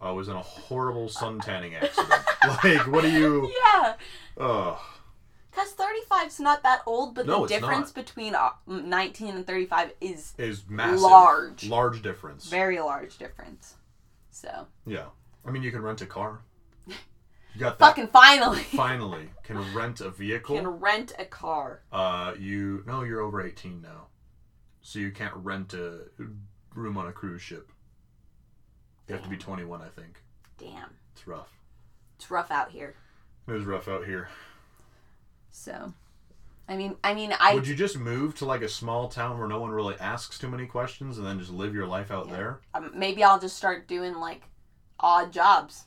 I was in a horrible suntanning accident. like, what do you? yeah. Ugh. Because 35's not that old, but No, the it's difference between uh, 19 and 35 is is massive, Large. large difference. very large difference. So, yeah, I mean, you can rent a car. You got that. fucking finally Finally, can rent a vehicle. can rent a car. Uh, you no, you're over 18 now, so you can't rent a room on a cruise ship. You have to be 21, I think. Damn. It's rough. It's rough out here. It was rough out here. So, I mean, I mean, I Would you just move to like a small town where no one really asks too many questions and then just live your life out Yeah. there? um, maybe I'll just start doing like odd jobs.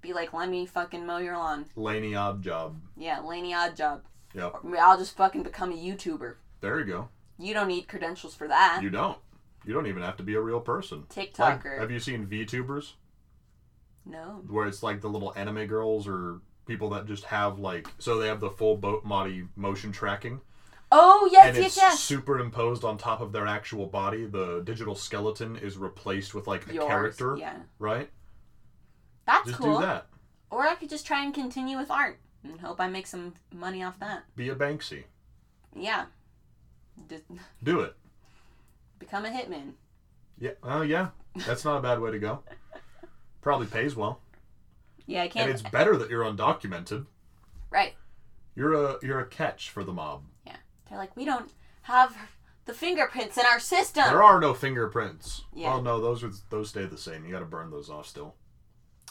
Be like, let me fucking mow your lawn. Laney odd job. Yeah, Laney odd job. Yep. Or I'll just fucking become a YouTuber. There you go. You don't need credentials for that. You don't. You don't even have to be a real person. Like, Uh, TikToker. have you seen VTubers no. where it's like the little anime girls or people that just have like so they have the full boat body motion tracking Oh yes, and yes, it's yes. superimposed on top of their actual body. The digital skeleton is replaced with like a Yours. character, Yeah, right? that's just cool. do that. Or I could just try and continue with art and hope I make some money off that. Be a Banksy. Yeah. Just Do it. become a hitman. Yeah. Oh, yeah. That's not a bad way to go. Probably pays well, Yeah, I and can't. it's better that you're undocumented. Right. You're a you're a catch for the mob. They're like, we don't have the fingerprints in our system. There are no fingerprints. Yeah. Well, no, those are, those stay the same. You got to burn those off still.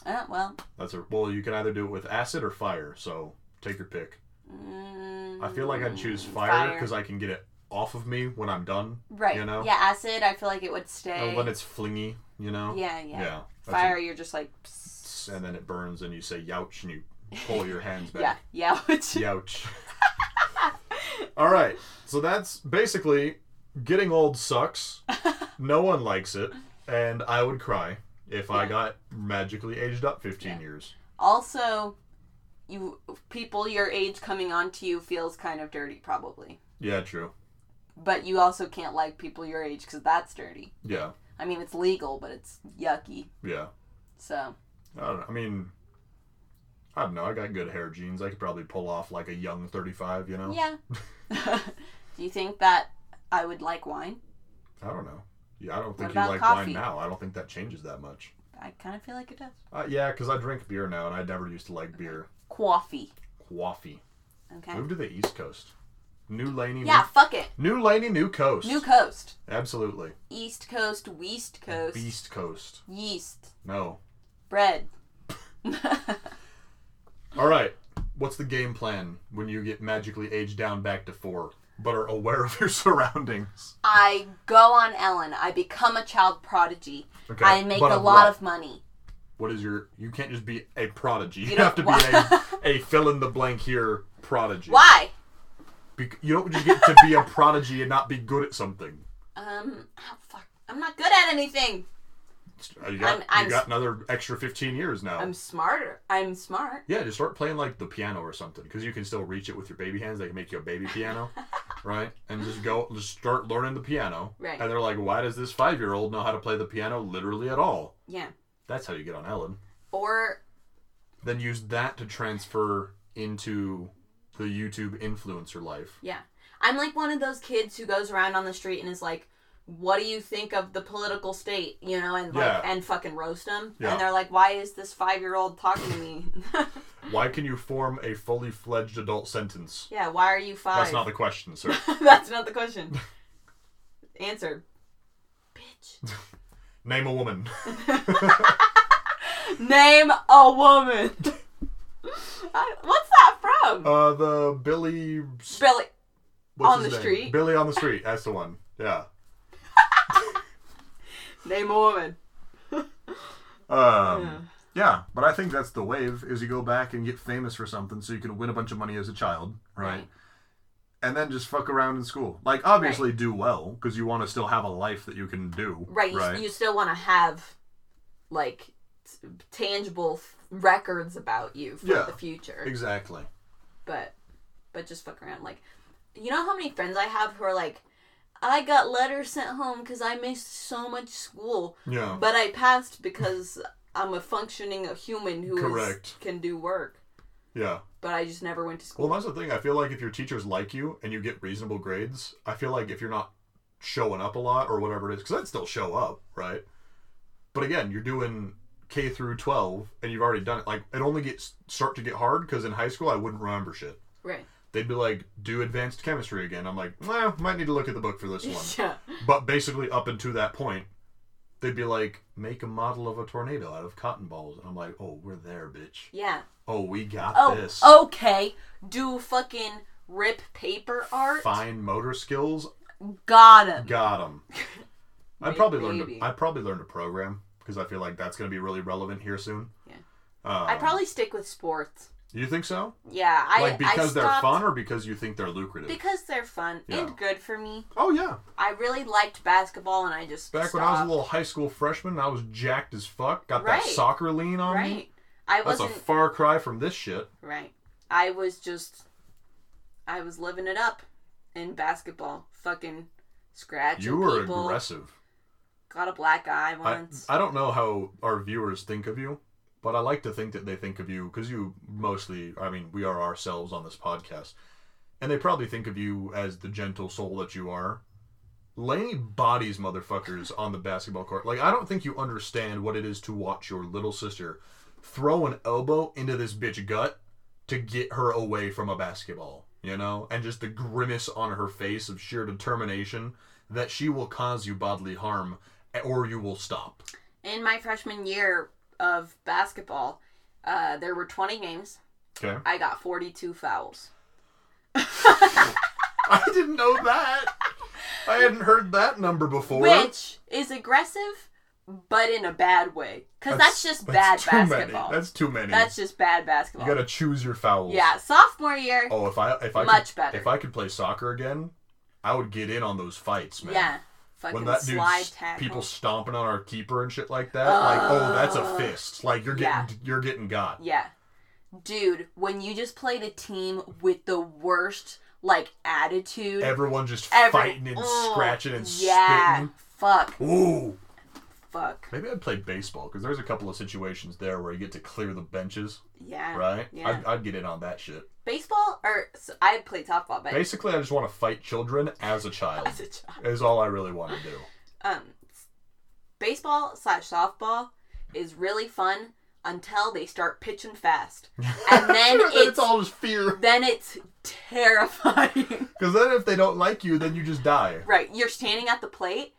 Uh, well, That's a well. You can either do it with acid or fire. So take your pick. mm, I feel like I'd choose fire fire. because I can get it off of me when I'm done. right. you know? Yeah, acid. I feel like it would stay. And when it's flingy, you know. yeah, yeah, Yeah. that's a- Fire, you're just like. psst. and then it burns, and you say youch, and you pull your hands back. Yeah, yeah. Which, Youch. All right. So that's basically getting old sucks. No one likes it. And I would cry if I Yeah. got magically aged up 15 Yeah. years. Also, you people your age coming on to you feels kind of dirty, probably. Yeah, true. But you also can't like people your age because that's dirty. Yeah. I mean, it's legal, but it's yucky. Yeah. So I don't know. I mean, I don't know. I got good hair genes. I could probably pull off like a young 35, you know? yeah. Do you think that I would like wine? I don't know. Yeah, I don't think you about like coffee? wine now. I don't think that changes that much. I kind of feel like it does. Uh, yeah, because I drink beer now and I never used to like beer. Coffee. Coffee. Okay. Move to the East Coast. New Laney. Yeah. Fuck it. New Laney, New Coast. New coast. Absolutely. East coast. West coast. Beast Coast. Yeast. No. Bread. All right. What's the game plan when you get magically aged down back to four? but are aware of your surroundings. I go on Ellen. I become a child prodigy. Okay, I make but a of lot what? of money. What is your? You can't just be a prodigy. You, don't- have to be a, a fill in the blank here prodigy. Why? Bec- you don't just get to be a prodigy and not be good at something. Um, oh, fuck. I'm not good at anything. uh, You got, I'm- I'm you got another extra fifteen years now. I'm smarter. I'm smart. Yeah, just start playing like the piano or something because you can still reach it with your baby hands. They can make you a baby piano, right? And just go, just start learning the piano. Right. And they're like, why does this five year old know how to play the piano literally at all? Yeah. That's how you get on Ellen. Or Then use that to transfer into the YouTube influencer life. Yeah. I'm like one of those kids who goes around on the street and is like, what do you think of the political state? You know, and like, Yeah. and fucking roast them. Yeah. And they're like, why is this five year old talking to me? Why can you form a fully fledged adult sentence? yeah, why are you five? That's not the question, sir. That's not the question. Answered. Bitch. Name a woman. Name a woman. I, what's that from? Uh, the Billy. Billy. what's On his the name? Street? Billy on the street. That's the one. Yeah. Name a woman. Um, yeah. but I think that's the wave: is you go back and get famous for something, so you can win a bunch of money as a child, right? Right. And then just fuck around in school. Like, obviously, do well because you want to still have a life that you can do, Right. You, you still want to have, like, t- tangible f- records about you for Yeah. the future. exactly. but but just fuck around like you know how many friends i have who are like i got letters sent home because i missed so much school Yeah, but i passed because i'm a functioning human who is- Correct. can do work yeah. but i just never went to school Well, that's the thing. I feel like if your teachers like you and you get reasonable grades, I feel like if you're not showing up a lot or whatever it is, because I'd still show up, right? But again, you're doing K through 12 and you've already done it. Like, it only gets start to get hard because in high school I wouldn't remember shit. right they'd be like, do advanced chemistry again. I'm like, well, might need to look at the book for this one. yeah but basically, up until that point, they'd be like, make a model of a tornado out of cotton balls. And I'm like, oh, we're there, bitch. yeah Oh, we got oh this. okay do fucking rip paper art Fine motor skills, got him got them. I May- probably learned. maybe. To, I probably learned to program because I feel like that's going to be really relevant here soon. Yeah. Um, i probably stick with sports You think so? yeah i like because I they're stopped- fun or because you think they're lucrative? because they're fun Yeah. and good for me oh yeah. I really liked basketball, and I just Back stopped. when I was a little high school freshman, I was jacked as fuck. Got Right. that soccer lean on me. right. I That's a wasn't far cry from this shit. right. I was just, I was living it up in basketball. Fucking scratching You were people. aggressive. Got a black eye I, once. I don't know how our viewers think of you, but I like to think that they think of you because you mostly, I mean, we are ourselves on this podcast. And they probably think of you as the gentle soul that you are. Laney bodies motherfuckers on the basketball court. Like, I don't think you understand what it is to watch your little sister throw an elbow into this bitch gut to get her away from a basketball, you know? And just the grimace on her face of sheer determination that she will cause you bodily harm or you will stop. in my freshman year of basketball, uh, there were 20 games. Okay. I got 42 fouls. I didn't know that. I hadn't heard that number before. Which is aggressive, but in a bad way. Because that's, just bad that's too basketball. Many. That's too many. That's just bad you basketball. gotta choose your fouls. yeah, sophomore year. Oh, if I if I Much could, better. If I could play soccer again, I would get in on those fights, man. Yeah. Fucking When that dude, slide tackle. people stomping on our keeper and shit like that, like oh, that's a fist. Like you're Yeah. getting you're getting got. Yeah. Dude, when you just played a team with the worst, like, attitude. Everyone just every- fighting and Ugh. scratching and Yeah. Fuck. spitting. Ooh. Fuck. Maybe I'd play baseball because there's a couple of situations there where you get to clear the benches. Yeah. right? Yeah. I'd, I'd get in on that shit. Baseball, or so I played softball, but Basically, I just want to fight children as a child. as a child. is all I really want to do. Um, baseball slash softball is really fun until they start pitching fast. And then Then it's, it's all just fear. then it's terrifying. Because then if they don't like you, then you just die. Right. You're standing at the plate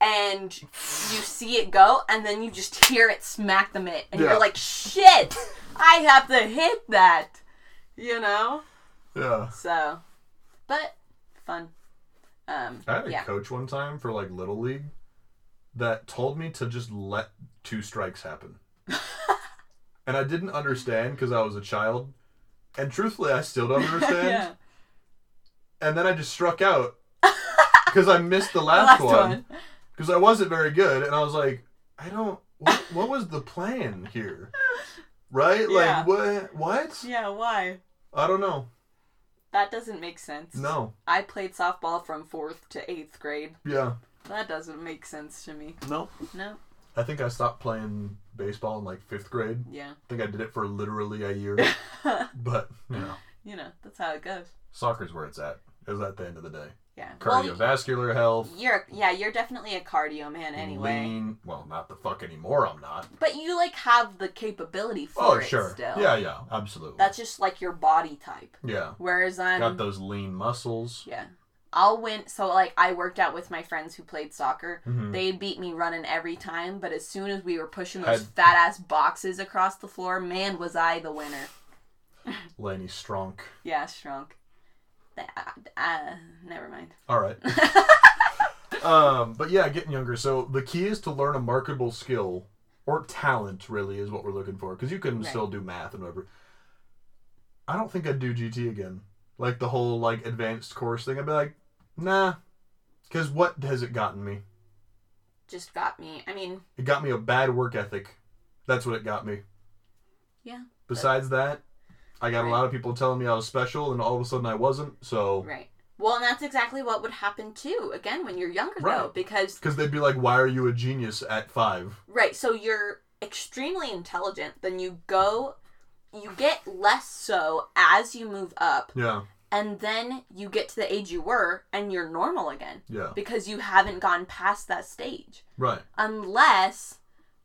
and you see it go and then you just hear it smack the mitt and Yeah. you're like, shit, I have to hit that. You know? Yeah. So but fun. Um, I had a Yeah. coach one time for like little league that told me to just let two strikes happen, and I didn't understand because I was a child, and truthfully, I still don't understand. yeah. And then I just struck out because I missed the The last, one because I wasn't very good, and I was like, I don't. What, what was the plan here? Right? Yeah. Like what? What? Yeah, why? I don't know. That doesn't make sense. No. I played softball from fourth to eighth grade. Yeah. That doesn't make sense to me. No. No. I think I stopped playing baseball in like fifth grade. Yeah. I think I did it for literally a year, but you know, you know, that's how it goes. soccer's where it's at. Is at the end of the day, Yeah. Well, cardiovascular health, you're yeah, you're definitely a cardio man anyway. lean. Well, not the fuck anymore. I'm not. But you like have the capability for Oh, it sure. still. Yeah, yeah, absolutely. That's just like your body type. yeah. Whereas I'm Got those lean muscles. Yeah. I'll win. So, like, I worked out with my friends who played soccer. Mhm. They beat me running every time, but as soon as we were pushing those I'd- fat ass boxes across the floor, man, was I the winner. Laney Stronk. Yeah, shrunk. Th- Uh, uh, never mind. All right. um, but yeah, getting younger. So the key is to learn a marketable skill or talent, really, is what we're looking for. Because you can Right. still do math and whatever. I don't think I'd do GT again. Like the whole like advanced course thing. I'd be like, nah. Because what has it gotten me? Just got me. I mean, It got me a bad work ethic. That's what it got me. Yeah. Besides that, I got Right. a lot of people telling me I was special, and all of a sudden I wasn't. So right. Well, and that's exactly what would happen too, again, when you're younger, though, Right. because, because they'd be like, "Why are you a genius at five? right, so you're extremely intelligent, then you go, you get less so as you move up, Yeah. and then you get to the age you were and you're normal again Yeah. because you haven't gone past that stage Right. unless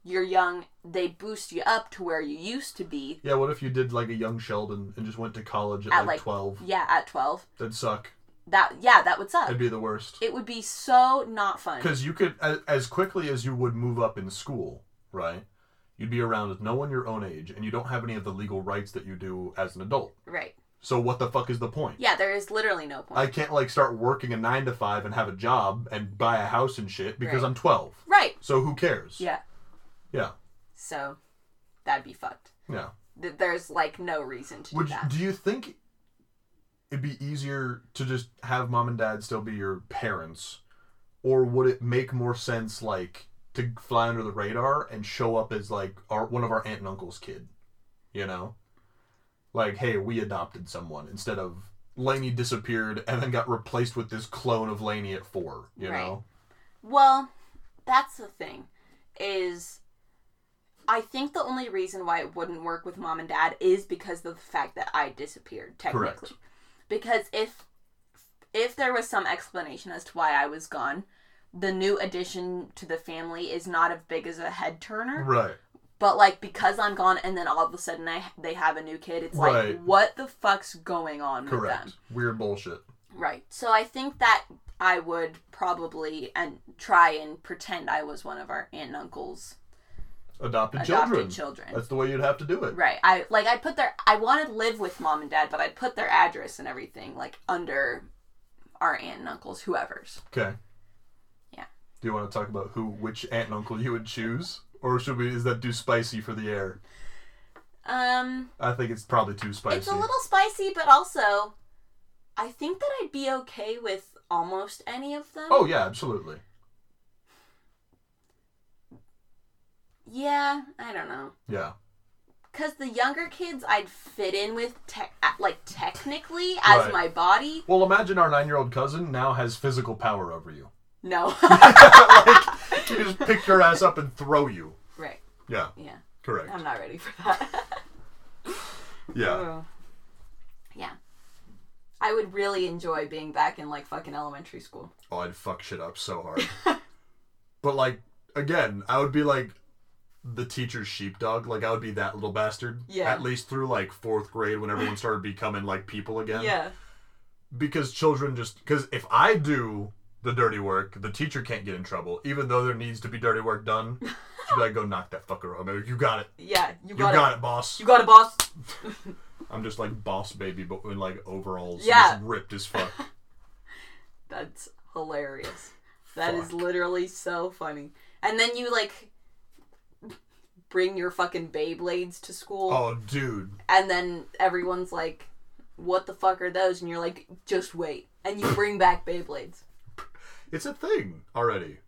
you're young they boost you up to where you used to be Yeah, what if you did like a young Sheldon and just went to college at, At, like, like- 12? yeah at 12 That'd suck. that yeah that would suck That'd be the worst. it would be so not fun Because you could, a- as quickly as you would move up in school, right? You'd be around no one your own age and you don't have any of the legal rights that you do as an adult. right So what the fuck is the point? yeah there is literally no point I can't like start working a nine to five and have a job and buy a house and shit because Right. I'm 12. right So who cares? yeah Yeah. so that'd be fucked Yeah. Th- there's like no reason to do Would you- that do you think it'd be easier to just have mom and dad still be your parents, or would it make more sense like to fly under the radar and show up as like our one of our aunt and uncle's kid, you know? Like, hey, we adopted someone instead of Laney disappeared and then got replaced with this clone of Laney at four, you Right. know? Well, that's the thing is I think the only reason why it wouldn't work with mom and dad is because of the fact that I disappeared technically. Correct. Because if if there was some explanation as to why I was gone, the new addition to the family is not as big as a head turner, Right. but like because I'm gone and then all of a sudden I they have a new kid, it's Right. like what the fuck's going on with them? Correct. Weird bullshit. Right. So I think that I would probably and try and pretend I was one of our aunt and uncle's Adopted, children. adopted children. That's the way you'd have to do it. Right. I like I put their I wanted to live with mom and dad, but I put their address and everything like under our aunt and uncles, whoever's. Okay. Yeah. Do you want to talk about who, which aunt and uncle you would choose, or should we? Is that too spicy for the air? Um I think it's probably too spicy. it's a little spicy, but also I think that I'd be okay with almost any of them. oh yeah, absolutely. Yeah, I don't know. Yeah. Cuz the younger kids I'd fit in with tech like technically as Right. my body, Well, imagine our nine-year-old cousin now has physical power over you. No. like, she can just pick your ass up and throw you. right. Yeah. Yeah. Correct. I'm not ready for that. Yeah. yeah. I would really enjoy being back in like fucking elementary school. Oh, I'd fuck shit up so hard. but like, again, I would be like the teacher's sheepdog. Like, I would be that little bastard. Yeah. At least through like fourth grade, when everyone started becoming like people again. because children just because if I do the dirty work, the teacher can't get in trouble, even though there needs to be dirty work done. She'd be like, "Go knock that fucker out." I'm like, You got it. Yeah. You You got, got, it. it. boss. You got it, boss. I'm just like boss baby, but in like overalls, Yeah. just ripped as fuck. That's hilarious. That is Fuck. literally so funny. And then you like bring your fucking Beyblades to school, Oh, dude. and then everyone's like, "What the fuck are those?" And you're like, "Just wait." And you bring back Beyblades. It's a thing already.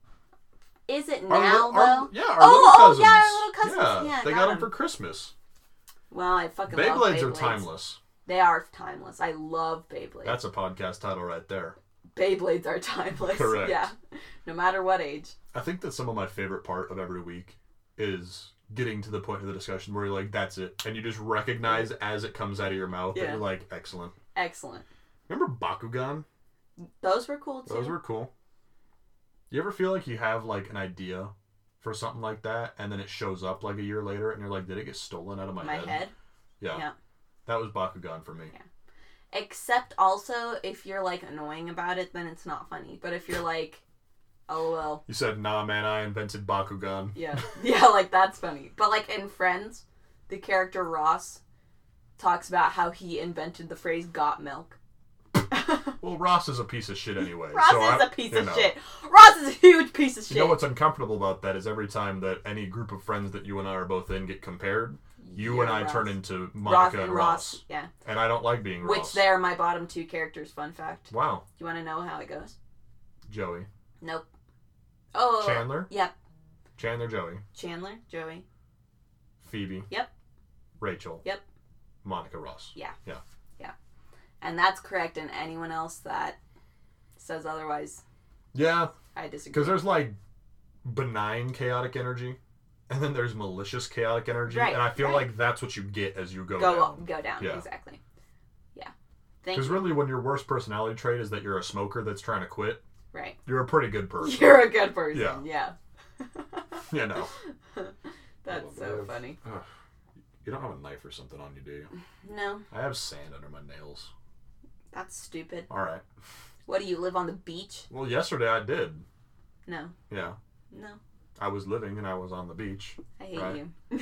Is it Our li- now our- though? yeah, our Oh, little oh, cousins. yeah, our little cousins. Yeah, they got got them 'em. for Christmas. Well, I fucking love Beyblades Beyblades are timeless. They are timeless. I love Beyblades. That's a podcast title right there. Beyblades are timeless. Correct. Yeah. No matter what age. I think that some of my favorite part of every week is getting to the point of the discussion where you're like, that's it. And you just recognize as it comes out of your mouth that Yeah. you're like, excellent. Excellent. Remember Bakugan? Those were cool too. Those were cool. You ever feel like you have like an idea for something like that and then it shows up like a year later and you're like, did it get stolen out of my, my head. Yeah. Yeah. That was Bakugan for me. Except also if you're like annoying about it, then it's not funny. But if you're like, oh well, You said, nah, man, I invented Bakugan. yeah, yeah, like that's funny. But like in Friends, the character Ross talks about how he invented the phrase "got milk." Well, Ross is a piece of shit anyway. Ross so is I- a piece you of know. shit. Ross is a huge piece of shit. You know what's uncomfortable about that is every time that any group of friends that you and I are both in get compared, you You're and I Ross. turn into Ross Monica and and Ross. Ross. Yeah. And I don't like being Which Ross. they are my bottom two characters. Fun fact. Wow, You want to know how it goes? Joey. Nope. Oh. Chandler? Yep. Chandler, Joey. Chandler, Joey. Phoebe. Yep. Rachel. Yep. Monica Ross. And that's correct. And anyone else that says otherwise, Yeah, I because disagree. there's like benign chaotic energy, and then there's malicious chaotic energy, Right, and I feel right. like that's what you get as you go. go down. up, go down. Yeah. Exactly. Yeah. Thank you. Because really, when your worst personality trait is that you're a smoker that's trying to quit, right. you're a pretty good person. You're a good person. Yeah. Yeah. you know. That's Well, so I've- funny. Ugh. You don't have a knife or something on you, do you? No, I have sand under my nails. that's stupid. All right. What do you live on the beach? Well, yesterday I did. No, Yeah. no. I was living and I was on the beach. I hate Right. you.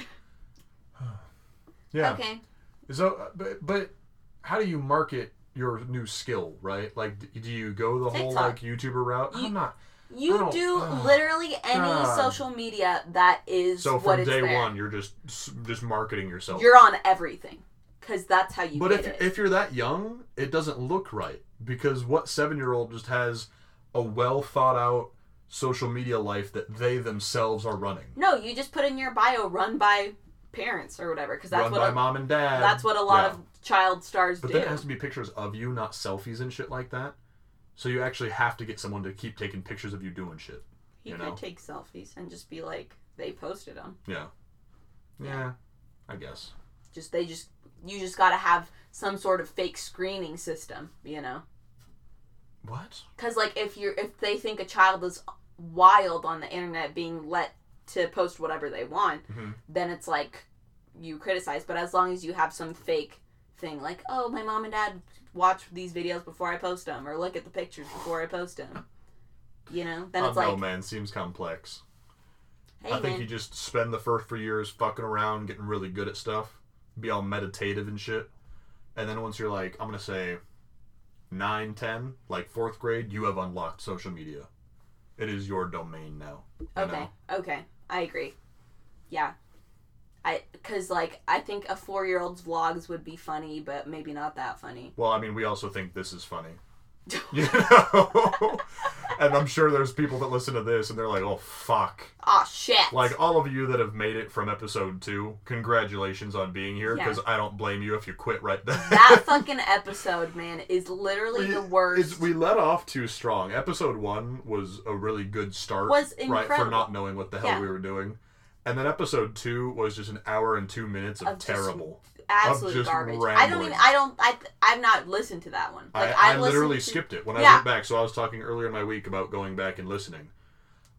Yeah. Okay. So, uh, but, but how do you market your new skill, right? Like, d- do you go the whole, TikTok. like, YouTuber route? You- I'm not. I You don't- do Oh, ugh, literally any God. social media that is So what from it's day there. one, you're just s- just marketing yourself. You're on everything because that's how you but get if, it. if you're that young, it doesn't look right because what seven year old just has a well thought out social media life that they themselves are running? No, you just put in your bio "run by parents" or whatever, because that's run what by a, mom and dad. that's what a lot Yeah. of child stars But do. then it has to be pictures of you, not selfies and shit like that. So you actually have to get someone to keep taking pictures of you doing shit. he you could know. take selfies and just be like, "They posted them." Yeah. Yeah. I guess. Just they just you just got to have some sort of fake screening system, you know? What? Because like if you're if they think a child is wild on the internet, being let to post whatever they want, Mhm. then it's like you criticize. But as long as you have some fake thing, like, "Oh, my mom and dad watch these videos before I post them," or look at the pictures before I post them. You know, then I it's don't know, like, Oh, man. Seems complex. hey I think man, you just spend the first three years fucking around, getting really good at stuff, be all meditative and shit. And then once you're like, I'm gonna say nine, ten, like fourth grade, you have unlocked social media. It is your domain now. you Okay. know? Okay. I agree. Yeah. I cuz like I think a 4-year-old's vlogs would be funny, but maybe not that funny. Well, I mean, we also think this is funny. You know? and I'm sure there's people that listen to this and they're like, oh, fuck. Oh shit. Like, all of you that have made it from episode two, congratulations on being here because I don't blame you if you quit right then. that fucking episode, man, is literally the worst. Is, we let off too strong. Episode one was a really good start. Was Right, incredible. for not knowing what the hell Yeah. we were doing. And then episode two was just an hour and two minutes of, Of just terrible. Absolute I'm just garbage. I don't even rambling. I don't I I've not listened to that one. Like I, I listened literally to- skipped it when I Yeah. went back. So I was talking earlier in my week about going back and listening.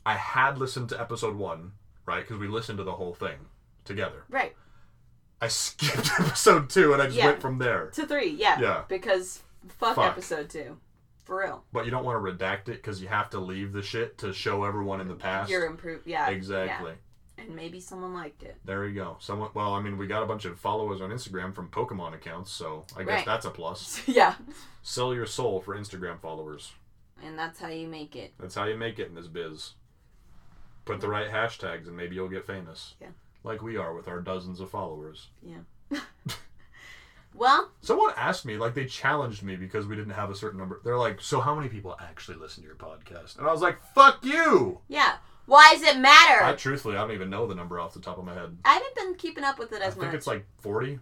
I had listened to episode one, right? Because we listened to the whole thing together. Right. I skipped episode two and I just Yeah. went from there. To 3. Yeah. Yeah. Because fuck, Fuck. episode 2. For real. But you don't want to redact it because you have to leave the shit to show everyone in the past. You're improved. Yeah. exactly. Yeah. And maybe someone liked it. There you go. Someone. Well, I mean, we got a bunch of followers on Instagram from Pokemon accounts, so I guess Right. that's a plus. yeah. Sell your soul for Instagram followers. and that's how you make it. That's how you make it in this biz. Put the right hashtags and maybe you'll get famous. Yeah. Like we are with our dozens of followers. Well, Someone asked me, like they challenged me because we didn't have a certain number. They're like, "So how many people actually listen to your podcast?" And I was like, "Fuck you!" yeah. Why does it matter? I I, truthfully, I don't even know the number off the top of my head. haven't been keeping up with it I as think much. it's like forty.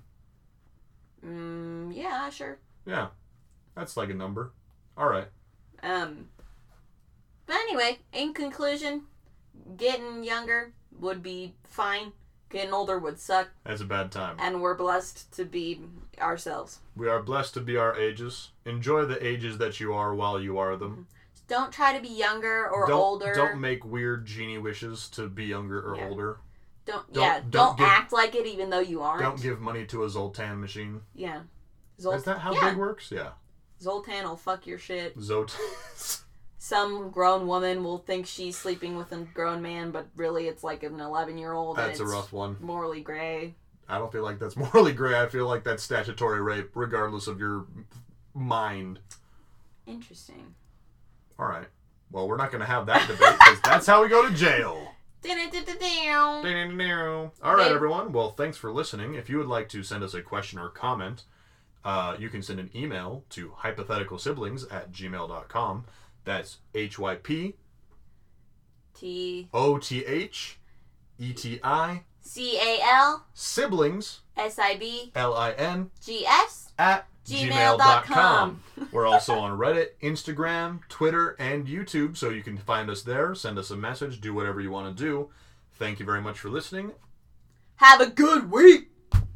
mm, yeah, sure. Yeah, that's like a number. All right. Um. But anyway, in conclusion, getting younger would be fine. Getting older would suck, That's a bad time. and we're blessed to be ourselves. We are blessed to be our ages. Enjoy the ages that you are while you are them. Don't try to be younger or don't, older. Don't make weird genie wishes to be younger or Yeah. older. Don't, Don't- yeah, don't don't, give- act like it even though you aren't. Don't give money to a Zoltan machine. yeah. Is that how yeah. big works? Yeah. Zoltan will fuck your shit. Zoltan. Some grown woman will think she's sleeping with a grown man, but really it's like an 11 year old. that's a it's rough one. Morally gray. I don't feel like that's morally gray. I feel like that's statutory rape, regardless of your mind. Interesting. All right. Well, we're not going to have that debate because that's how we go to jail. Dun-dun-dun-dun-dun. All right, Hey. everyone. Well, thanks for listening. If you would like to send us a question or comment, uh, you can send an email to hypothetical siblings at gmail.com. That's H Y P T O T H E T I C A L siblings S I B L I N G S. at gmail.com. gmail.com. We're also on Reddit, Instagram, Twitter, and YouTube, so you can find us there. Send us a message, do whatever you want to do. Thank you very much for listening. Have a good week!